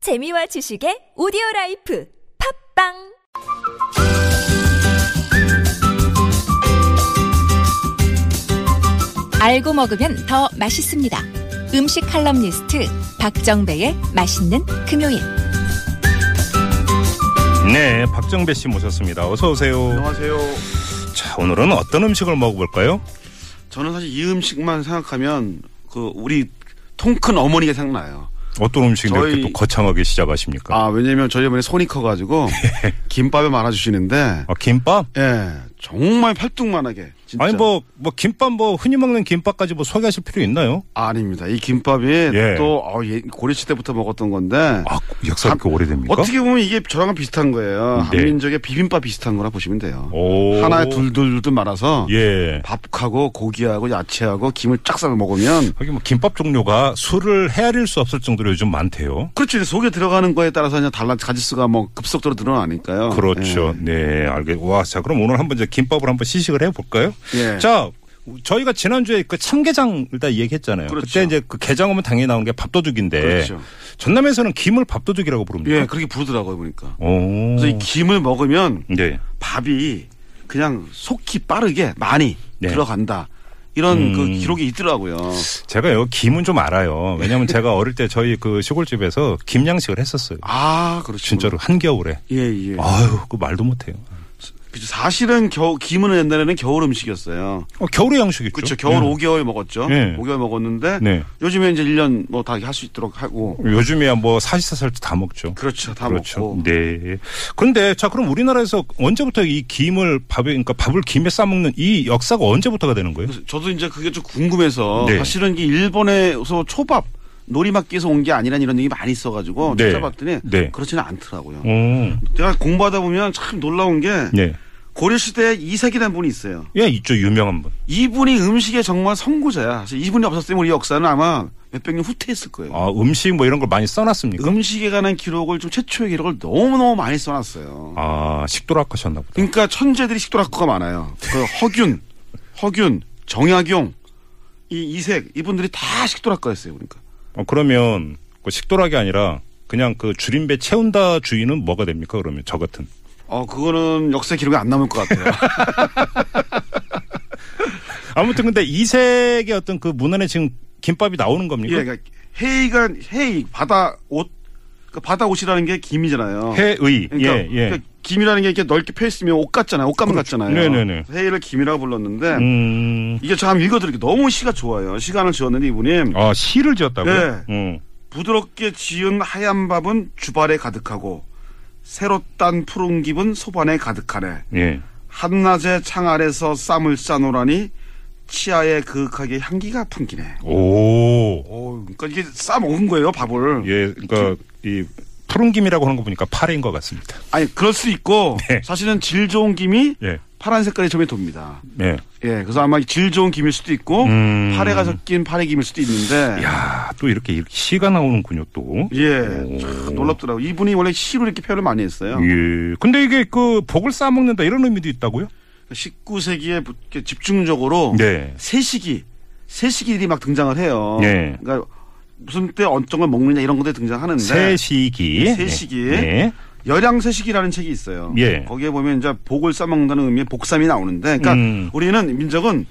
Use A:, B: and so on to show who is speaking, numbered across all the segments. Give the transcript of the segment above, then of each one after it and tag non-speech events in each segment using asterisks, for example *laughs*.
A: 재미와 지식의 오디오 라이프 팝빵
B: 알고 먹으면 더 맛있습니다. 음식 칼럼니스트 박정배의 맛있는 금요일.
C: 네, 박정배 씨 모셨습니다. 어서 오세요.
D: 안녕하세요.
C: 자, 오늘은 어떤 음식을 먹어볼까요?
D: 저는 사실 이 음식만 생각하면 그 우리 통 큰 어머니가 생각나요.
C: 어떤 음식인데 이렇게
D: 저희-
C: 또 거창하게 시작하십니까? 예.
D: 아 왜냐면 저희 어머니
C: *laughs*
D: 손이 커가지고 김밥에 말아주시는데
C: 아, 김밥?
D: 예 정말 팔뚝만하게 진짜
C: 아니 뭐, 뭐 김밥 뭐 흔히 먹는 김밥까지 뭐 소개하실 필요 있나요?
D: 닙니다이 아, 김밥이
C: 예.
D: 또 어, 예, 고려시 대부터 먹었던 건데
C: 아, 역사가 그렇게 오래됩니까?
D: 어떻게 보면 이게 저랑 비슷한 거예요.
C: 네.
D: 한민족의 비빔밥 비슷한 거라 보시면 돼요.
C: 오.
D: 하나에 둘둘둘 말아서
C: 예.
D: 밥하고 고기하고 야채하고 김을 쫙 싸서 먹으면
C: 하긴 뭐 김밥 종류가 술을 헤아릴 수 없을 정도로 요즘 많대요.
D: 그렇죠. 이제 속에 들어가는 거에 따라서 그냥 달라 가짓수가 뭐 급속도로 늘어나니까요.
C: 그렇죠.
D: 예.
C: 네, 알겠. 와, 자 그럼 오늘 한번 이제 김밥을 한번 시식을 해볼까요?
D: 예.
C: 자, 저희가 지난주에 그 참게장 일단 얘기했잖아요.
D: 그렇죠.
C: 때 이제 그 게장 하면 당연히 나온 게 밥도둑인데
D: 그렇죠.
C: 전남에서는 김을 밥도둑이라고 부릅니다.
D: 예, 예, 그렇게 부르더라고요 보니까.
C: 오.
D: 그래서 이 김을 먹으면
C: 네.
D: 밥이 그냥 속히 빠르게 많이
C: 네. 음.
D: 들어간다. 이런 그 기록이 있더라고요.
C: 제가요 김은 좀 알아요. 왜냐하면 제가 어릴 때 저희 그 시골집에서 김양식을 했었어요.
D: 예. 아, 그렇죠.
C: 진짜로 한겨울에.
D: 예, 예.
C: 아유, 그 말도 못해요.
D: 그죠. 사실은 겨 김은 옛날에는 겨울 음식이었어요.
C: 어, 겨울에 양식이죠.
D: 그렇죠. 겨울
C: 예.
D: 5개월 먹었죠.
C: 예.
D: 5개월 먹었는데
C: 네.
D: 요즘에 이제 1년 뭐 다 할 수 있도록 하고
C: 요즘에야 뭐 사시사살도 다 먹죠.
D: 그렇죠. 다 먹고.
C: 네. 그런데 자 그럼 우리나라에서 언제부터 이 김을 밥에 그러니까 밥을 김에 싸 먹는 이 역사가 언제부터가 되는 거예요?
D: 그래서 저도 이제 그게 좀 궁금해서
C: 네.
D: 사실은 이게 일본에서 초밥 놀이마끼에서 온 게 아니란 이런 얘기 많이 있어가지고
C: 네.
D: 찾아봤더니
C: 네.
D: 그렇지는 않더라고요.
C: 음.
D: 제가 공부하다 보면 참 놀라운 게
C: 네.
D: 고려 시대에 이색이라는 분이 있어요.
C: 예, 있죠. 유명한 분. 이분이
D: 음식의 정말 선구자야. 사실 이분이 없었으면 우리 역사는 아마 몇백 년 후퇴했을 거예요.
C: 아, 음식 뭐 이런 걸 많이 써 놨습니까?
D: 음식에 관한 기록을 좀 최초의 기록을 너무너무 많이 써놨어요.
C: 아, 식도락하셨나 보다.
D: 그러니까 천재들이 식도락커가 많아요. 그 허균, *laughs* 허균, 정약용, 이 이색 이분들이 다 식도락커였어요. 그러니까.
C: 어, 그러면 그 식도락이 아니라 그냥 그 줄임배 채운다 주의는 뭐가 됩니까? 그러면 저 같은.
D: 어, 그거는 역사 기록에 안 남을
C: *laughs*
D: 것 같아요.
C: 아무튼 근데 이색의 어떤 그 문안에 지금 김밥이 나오는 겁니까?
D: 예, 그러니까 해이가 해이 바다 옷, 그러니까 바다 옷이라는 게 김이잖아요.
C: 해의.
D: 그러니까,
C: 예, 예.
D: 그러니까 김이라는 게 이렇게 넓게 펴 있으면 옷 같잖아요. 옷감 같잖아요.
C: 네네네.
D: 해이를 김이라고 불렀는데
C: 음.
D: 이게 참 읽어드리기 너무 시가 좋아요. 시간을 지었는데 이분이
C: 아, 시를 지었다고요?
D: 예.
C: 음.
D: 부드럽게 지은 하얀 밥은 주발에 가득하고 새로 딴 푸른 김은 소반에 가득하네.
C: 예.
D: 한낮에 창 아래서 쌈을 싸노라니 치아에 그윽하게 향기가 풍기네.
C: 오.
D: 오, 그러니까 이게 싸 먹은 거예요 밥을.
C: 예, 그러니까 이 푸른 김이라고 하는 거 보니까 파래인 것 같습니다.
D: 아니 그럴 수 있고
C: *laughs* 네.
D: 사실은 질 좋은 김이
C: 예,
D: 파란 색깔이 처음에 돕니다.
C: 예.
D: 예, 그래서 아마 질 좋은 김일 수도 있고
C: 음.
D: 파래가 섞인 파래 김일 수도 있는데
C: 야, 또 이렇게 이렇게 시가 나오는군요, 또.
D: 예, 참 놀랍더라고. 요 이분이 원래 시로 이렇게 표현을 많이 했어요.
C: 예. 근데 이게 그 복을 싸 먹는다 이런 의미도 있다고요?
D: 19세기에 이렇게 집중적으로
C: 네.
D: 세식이 세식이들이 막 등장을 해요.
C: 네.
D: 그러니까 무슨 때 어떤 걸 먹느냐 이런 것에 등장하는데
C: 세시기.
D: 네, 세시기.
C: 예.
D: 열양세식이라는 책이 있어요.
C: 예.
D: 거기에 보면 이제 복을 싸먹는다는 의미의 복삼이 나오는데, 그러니까
C: 음.
D: 우리는 민족은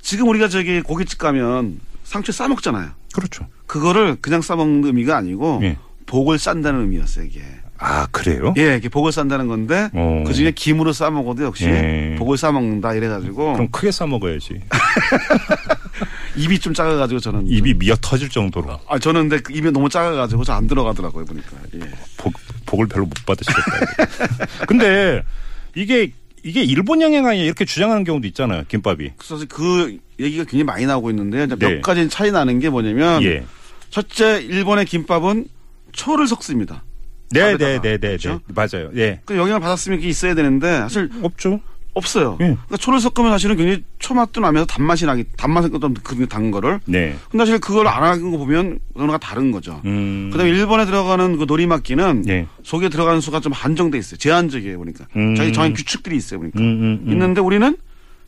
D: 지금 우리가 저기 고깃집 가면 상추 싸먹잖아요.
C: 그렇죠.
D: 그거를 그냥 싸먹는 의미가 아니고
C: 예.
D: 복을 싼다는 의미였어요, 이게.
C: 아, 그래요?
D: 예, 이게 복을 싼다는 건데
C: 어.
D: 그 중에 김으로 싸먹어도 역시
C: 예.
D: 복을 싸먹는다 이래가지고
C: 그럼 크게 싸 먹어야지.
D: 입이 좀 작아가지고 저는
C: 입이 미어 터질 정도로
D: 아 저는 근데 그 입이 너무 작아가지고 잘 안 들어가더라고요 보니까. 예.
C: 복, 복을 별로 못 받으시겠다.
D: *laughs*
C: 이거. 근데 이게 이게 일본 영향 아니야 이렇게 주장하는 경우도 있잖아요, 김밥이.
D: 그래서 그 얘기가 굉장히 많이 나오고 있는데 이제 몇
C: 네.
D: 가지 차이 나는 게 뭐냐면
C: 예.
D: 첫째 일본의 김밥은 초를 섞습니다.
C: 네, 네,
D: 밥에다가.
C: 네, 네, 네.
D: 그렇죠?
C: 맞아요. 예.
D: 그 영향을 받았으면 그게 있어야 되는데 사실
C: 없죠.
D: 없어요.
C: 예.
D: 그러니까 초를 섞으면 사실은 굉장히 초맛도 나면서 단맛이 나기 단맛은 좀그단 거를.
C: 네.
D: 근데 사실 그걸 안 하는 거 보면 언어가 다른 거죠.
C: 음.
D: 그다음에 일본에 들어가는 그 노리마끼는
C: 예.
D: 속에 들어가는 수가 좀 한정돼 있어요. 제한적이에요 보니까.
C: 음.
D: 자기 정한 규칙들이 있어요 보니까.
C: 음, 음, 음.
D: 있는데 우리는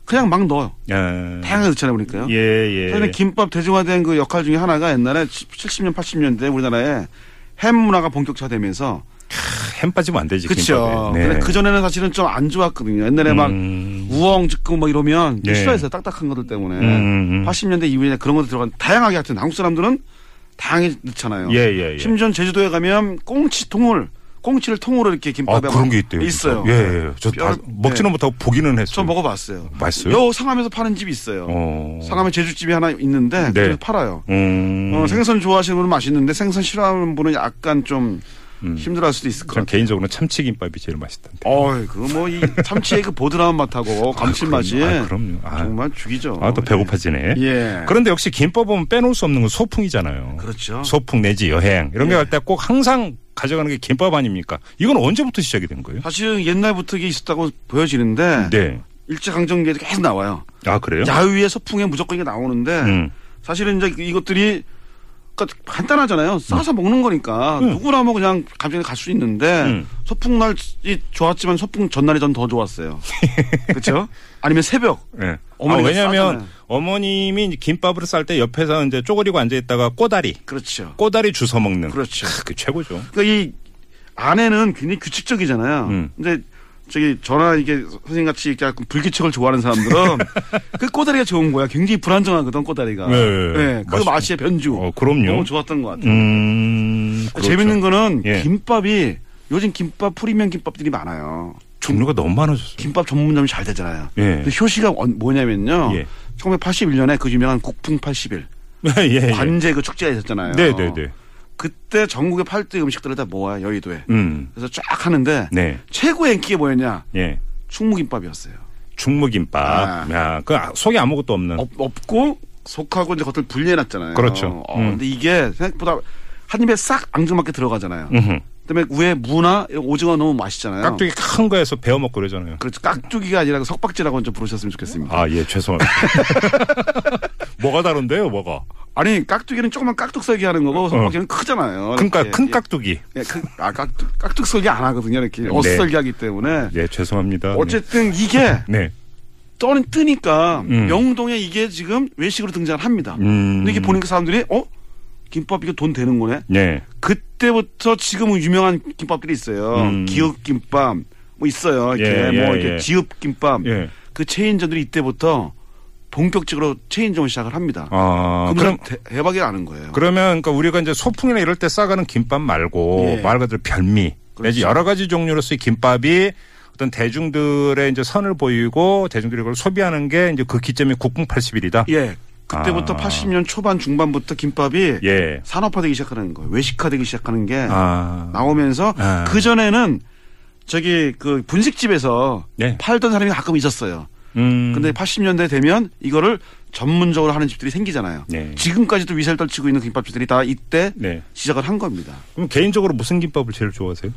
D: 그냥 막 넣어요.
C: 아.
D: 다양하게 넣잖아요 보니까요.
C: 예, 예.
D: 사실 김밥 대중화된 그 역할 중에 하나가 옛날에 70년, 80년대 우리나라에 햄 문화가 본격화되면서
C: 햄 빠지면 안 되지.
D: 그렇죠.
C: 김밥에. 네.
D: 근데 그 전에는 사실은 좀 안 좋았거든요. 옛날에 막
C: 음.
D: 우엉 짓고 막 이러면
C: 네.
D: 싫어했어요. 딱딱한 것들 때문에
C: 음, 음.
D: 80년대 이후에 그런 것들 들어간 다양하게 하여튼 한국 사람들은 다양히 넣잖아요.
C: 예, 예, 예.
D: 심지어 제주도에 가면 꽁치 통을 꽁치를 통으로 이렇게
C: 아,
D: 김밥에
C: 그런
D: 막
C: 게 있대요.
D: 있어요.
C: 진짜. 예, 예. 저 다,
D: 뼈-
C: 먹지는
D: 네.
C: 못하고 보기는 했어요.
D: 저 먹어봤어요.
C: 맛있어요?
D: 요 상암에서 파는 집이 있어요.
C: 어.
D: 상암에 제주집이 하나 있는데
C: 네.
D: 그걸 팔아요.
C: 음.
D: 어, 생선 좋아하시는 분은 맛있는데 생선 싫어하는 분은 약간 좀
C: 음.
D: 힘들어할 수도 있을 것
C: 저는
D: 같아요.
C: 개인적으로 참치김밥이 제일 맛있던데.
D: 어이, 그거 뭐 이 참치의 그 보드라운 맛하고 감칠맛이
C: 아, 그럼요. 아,
D: 정말 죽이죠.
C: 아, 또 배고파지네.
D: 어, 예.
C: 그런데 역시 김밥은 빼놓을 수 없는 건 소풍이잖아요.
D: 그렇죠. 예.
C: 소풍 내지 여행 이런 게 갈 때 꼭 항상 가져가는 게 김밥 아닙니까? 이건 언제부터 시작이 된 거예요?
D: 사실 옛날부터 이게 있었다고 보여지는데
C: 네.
D: 일제강점기에도 계속 나와요.
C: 아 그래요?
D: 예. 야유의 소풍에 무조건 이게 나오는데
C: 음.
D: 사실은 이제 이것들이 그러니까 간단하잖아요. 싸서 먹는 거니까 누구나 뭐 그냥 감정이 갈 수 있는데
C: 음.
D: 소풍 날이 좋았지만 소풍 전날이 전
C: *laughs*
D: 더 좋았어요. 그렇죠? 아니면 새벽.
C: 네. 아,
D: 어머니가
C: 왜냐하면
D: 싸잖아요.
C: 어머님이 김밥을 쌀 때 옆에서 이제 쪼그리고 앉아 있다가 꼬다리
D: 그렇죠.
C: 꼬다리 주워 먹는.
D: 그렇죠.
C: 크, 그 최고죠.
D: 그러니까 이 아내는 굉장히 규칙적이잖아요.
C: 음.
D: 근데 저기 저나 이게 선생님 같이 이렇게 약간 불규칙을
C: *laughs*
D: 좋아하는 사람들은 그 꼬다리가 좋은 거야. 굉장히 불안정하거든 꼬다리가.
C: 네, 네, 네.
D: 그
C: 맛있-
D: 맛의 변주.
C: 어, 그럼요.
D: 너무 좋았던 것 같아요.
C: 음. 그렇죠.
D: 재밌는 거는
C: 예.
D: 김밥이 요즘 김밥 프리미엄 김밥들이 많아요.
C: 종류가 너무 많아졌어요.
D: 김밥 전문점이 잘 되잖아요.
C: 예.
D: 근데 효시가 어- 뭐냐면요.
C: 예.
D: 1981년에 그 유명한 국풍 81
C: *laughs* 예, 예.
D: 관제 그 축제가 있었잖아요.
C: 네, 네, 네.
D: 그때 전국의 팔대 음식들을 다 모아 요 여의도에.
C: 음.
D: 그래서 쫙 하는데
C: 네.
D: 최고의 인기가 뭐였냐?
C: 예.
D: 충무김밥이었어요.
C: 중무김밥.
D: 아.
C: 야, 그 아- 속에 아무것도 없는.
D: 없, 없고 속하고 이제 겉을 분리해놨잖아요.
C: 그렇죠.
D: 어,
C: 음.
D: 근데 이게 생각보다 한 입에 싹 앙증맞게 들어가잖아요.
C: 음흠.
D: 그다음에 위에 무나 이런 오징어 너무 맛있잖아요.
C: 깍두기 큰 거에서 베어 먹고 그러잖아요.
D: 그렇죠. 깍두기가 아니라 그 석박지라고 좀 부르셨으면 좋겠습니다.
C: 아, 예,
D: *laughs*
C: 죄송합니다. 뭐가 다른데요, 뭐가?
D: 아니 깍두기는 조금만 깍둑 썰기 하는 거고 석박지는 크잖아요.
C: 그러니까
D: 이렇게.
C: 어. 큰 깍두기.
D: 예, 큰- 아 깍둑 깍둑 썰기 안 하거든요. 이렇게
C: 네.
D: 어스 썰기하기 때문에
C: 예, 죄송합니다.
D: 어쨌든 이게
C: 네.
D: 떠는 뜨니까
C: 음.
D: 영동에 이게 지금 외식으로 등장합니다.
C: 음.
D: 근데 이게 보니까 사람들이 어 김밥 이거 돈 되는 거네.
C: 네.
D: 그때부터 지금은 유명한 김밥들이 있어요.
C: 음.
D: 기읍 김밥 뭐 있어요. 이렇게
C: 예,
D: 뭐
C: 예,
D: 이렇게
C: 예.
D: 지읍 김밥
C: 예.
D: 그 체인점들이 이때부터 본격적으로 체인점을 시작을 합니다.
C: 아,
D: 그럼
C: 그럼
D: 대박이 나는 거예요.
C: 그러면 그러니까 우리가 이제 소풍이나 이럴 때 싸가는 김밥 말고
D: 예.
C: 말 그대로 별미 내지
D: 그렇죠.
C: 여러 가지 종류로서의 김밥이 어떤 대중들의 이제 선을 보이고 대중들이 그걸 소비하는 게 이제 그 기점이 국궁 80일이다.
D: 예. 그때부터
C: 아.
D: 80년 초반 중반부터 김밥이
C: 예.
D: 산업화되기 시작하는 거예요. 외식화되기 시작하는 게
C: 아.
D: 나오면서
C: 아.
D: 그 전에는 저기 그 분식집에서
C: 네.
D: 팔던 사람이 가끔 있었어요.
C: 음.
D: 근데 80년대 되면 이거를 전문적으로 하는 집들이 생기잖아요.
C: 네.
D: 지금까지도 위세를 떨치고 있는 김밥집들이 다 이때
C: 네.
D: 시작을 한 겁니다.
C: 그럼 개인적으로 무슨 김밥을 제일 좋아하세요?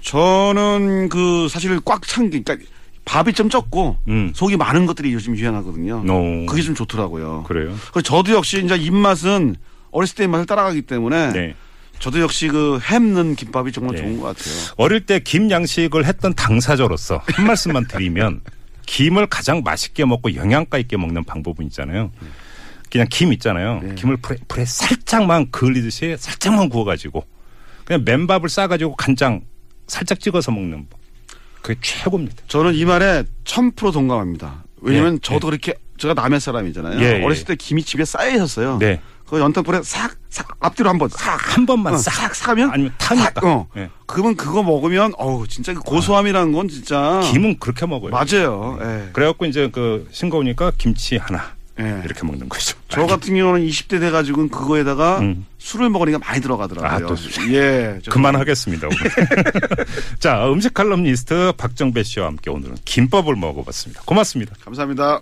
D: 저는 그 사실 꽉 찬 게, 그러니까 밥이 좀 적고
C: 음.
D: 속이 많은 것들이 요즘 유행하거든요.
C: 오.
D: 그게 좀 좋더라고요.
C: 그래요.
D: 그래서 저도 역시 이제 입맛은 어렸을 때 입맛을 따라가기 때문에
C: 네.
D: 저도 역시 그 햄는 김밥이 정말
C: 네.
D: 좋은 것 같아요.
C: 어릴 때 김 양식을 했던 당사자로서 한 말씀만 드리면 김을 가장 맛있게 먹고 영양가 있게 먹는 방법은 있잖아요. 그냥 김 있잖아요.
D: 네.
C: 김을 불에, 불에 살짝만 그을리듯이 살짝만 구워가지고 그냥 맨밥을 싸가지고 간장 살짝 찍어서 먹는 법. 그게 최고입니다.
D: 저는 이 말에 1000% 동감합니다. 왜냐면
C: 예,
D: 저도 그렇게 제가 남해 사람이잖아요.
C: 예, 예.
D: 어렸을 때 김이 집에 쌓여 있었어요.
C: 네.
D: 그 연탄불에 싹, 싹 앞뒤로 한번 싹.
C: 한 번만
D: 어,
C: 싹,
D: 싹 사면
C: 아니면 타니까.
D: 싹, 어.
C: 예.
D: 그러면 그거 먹으면 어우 진짜 그 고소함이라는 건 진짜
C: 김은 그렇게 먹어요.
D: 맞아요. 예.
C: 그래갖고 이제 그 싱거우니까 김치 하나
D: 예.
C: 이렇게 먹는 거죠.
D: 저 같은 경우는 20대 돼가지고는 그거에다가
C: 음.
D: 술을 먹으니까 많이 들어가더라고요.
C: 아, 또
D: 예. 저-
C: 그만하겠습니다. 오늘. *laughs* 자, 음식 칼럼니스트 박정배 씨와 함께 오늘은 김밥을 먹어봤습니다. 고맙습니다.
D: 감사합니다.